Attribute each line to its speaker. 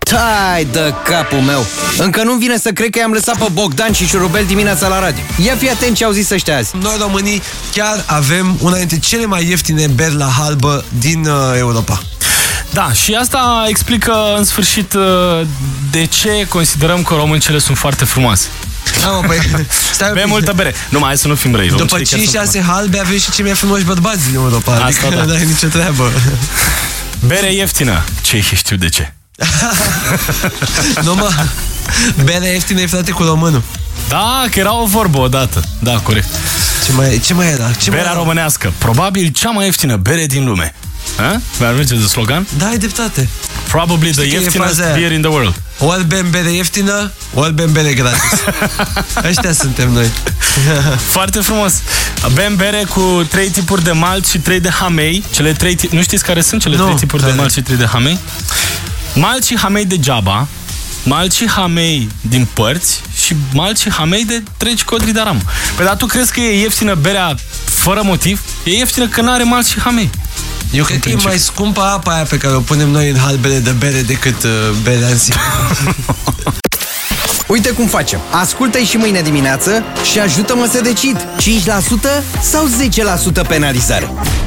Speaker 1: Tai de capul meu! Încă nu-mi vine să cred că i-am lăsat pe Bogdan și Șurubel dimineața la radio. Ia fi atent ce au zis ăștia azi.
Speaker 2: Noi românii chiar avem una dintre cele mai ieftine beri la halbă din uh, Europa.
Speaker 3: Da, și asta explică în sfârșit uh, de ce considerăm că româncele sunt foarte frumoase.
Speaker 2: Da, mă, păi, stai un
Speaker 3: Bem
Speaker 2: pic.
Speaker 3: multă bere. Nu mai, hai să nu fim răi.
Speaker 2: După
Speaker 3: româncele chiar sunt
Speaker 2: 5-6 halbe avem și cei mai frumoși bărbați din Europa.
Speaker 3: Asta
Speaker 2: Adică
Speaker 3: da.
Speaker 2: nu ai nicio treabă.
Speaker 3: frumoase. Bere ieftină. Cehii știu de ce.
Speaker 2: nu mă, berea ieftină e frate cu românul.
Speaker 3: Da, că era o vorbă odată. Da, corect.
Speaker 2: Ce mai, ce mai era? Ce mai
Speaker 3: Berea
Speaker 2: era?
Speaker 3: românească. Probabil cea mai ieftină bere din lume. A? Mi-ar merge de slogan?
Speaker 2: Da, ai dreptate.
Speaker 3: Probably the
Speaker 2: Știi că e
Speaker 3: ieftinest
Speaker 2: faza aia.
Speaker 3: beer in the world.
Speaker 2: Ori bem bere ieftină, ori bem bere gratis. Ăștia suntem noi.
Speaker 3: Foarte frumos. Bem bere cu trei tipuri de malt și trei de hamei. Cele trei ti- nu știți care sunt cele
Speaker 2: Nu,
Speaker 3: trei tipuri de
Speaker 2: care?
Speaker 3: malt și trei de hamei? Malt și hamei de geaba, malt și hamei din părți și malt și hamei de treci codri de aram. Păi dar tu crezi că e ieftină berea fără motiv? E ieftină că nu are malt și hamei.
Speaker 2: Eu cred că e
Speaker 3: principiu.
Speaker 2: mai scumpă apa aia pe care o punem noi în halbele de bere decât uh, berea în sine.
Speaker 1: Uite cum facem. Ascultă-i și mâine dimineață și ajută-mă să decid. 5% sau 10% penalizare?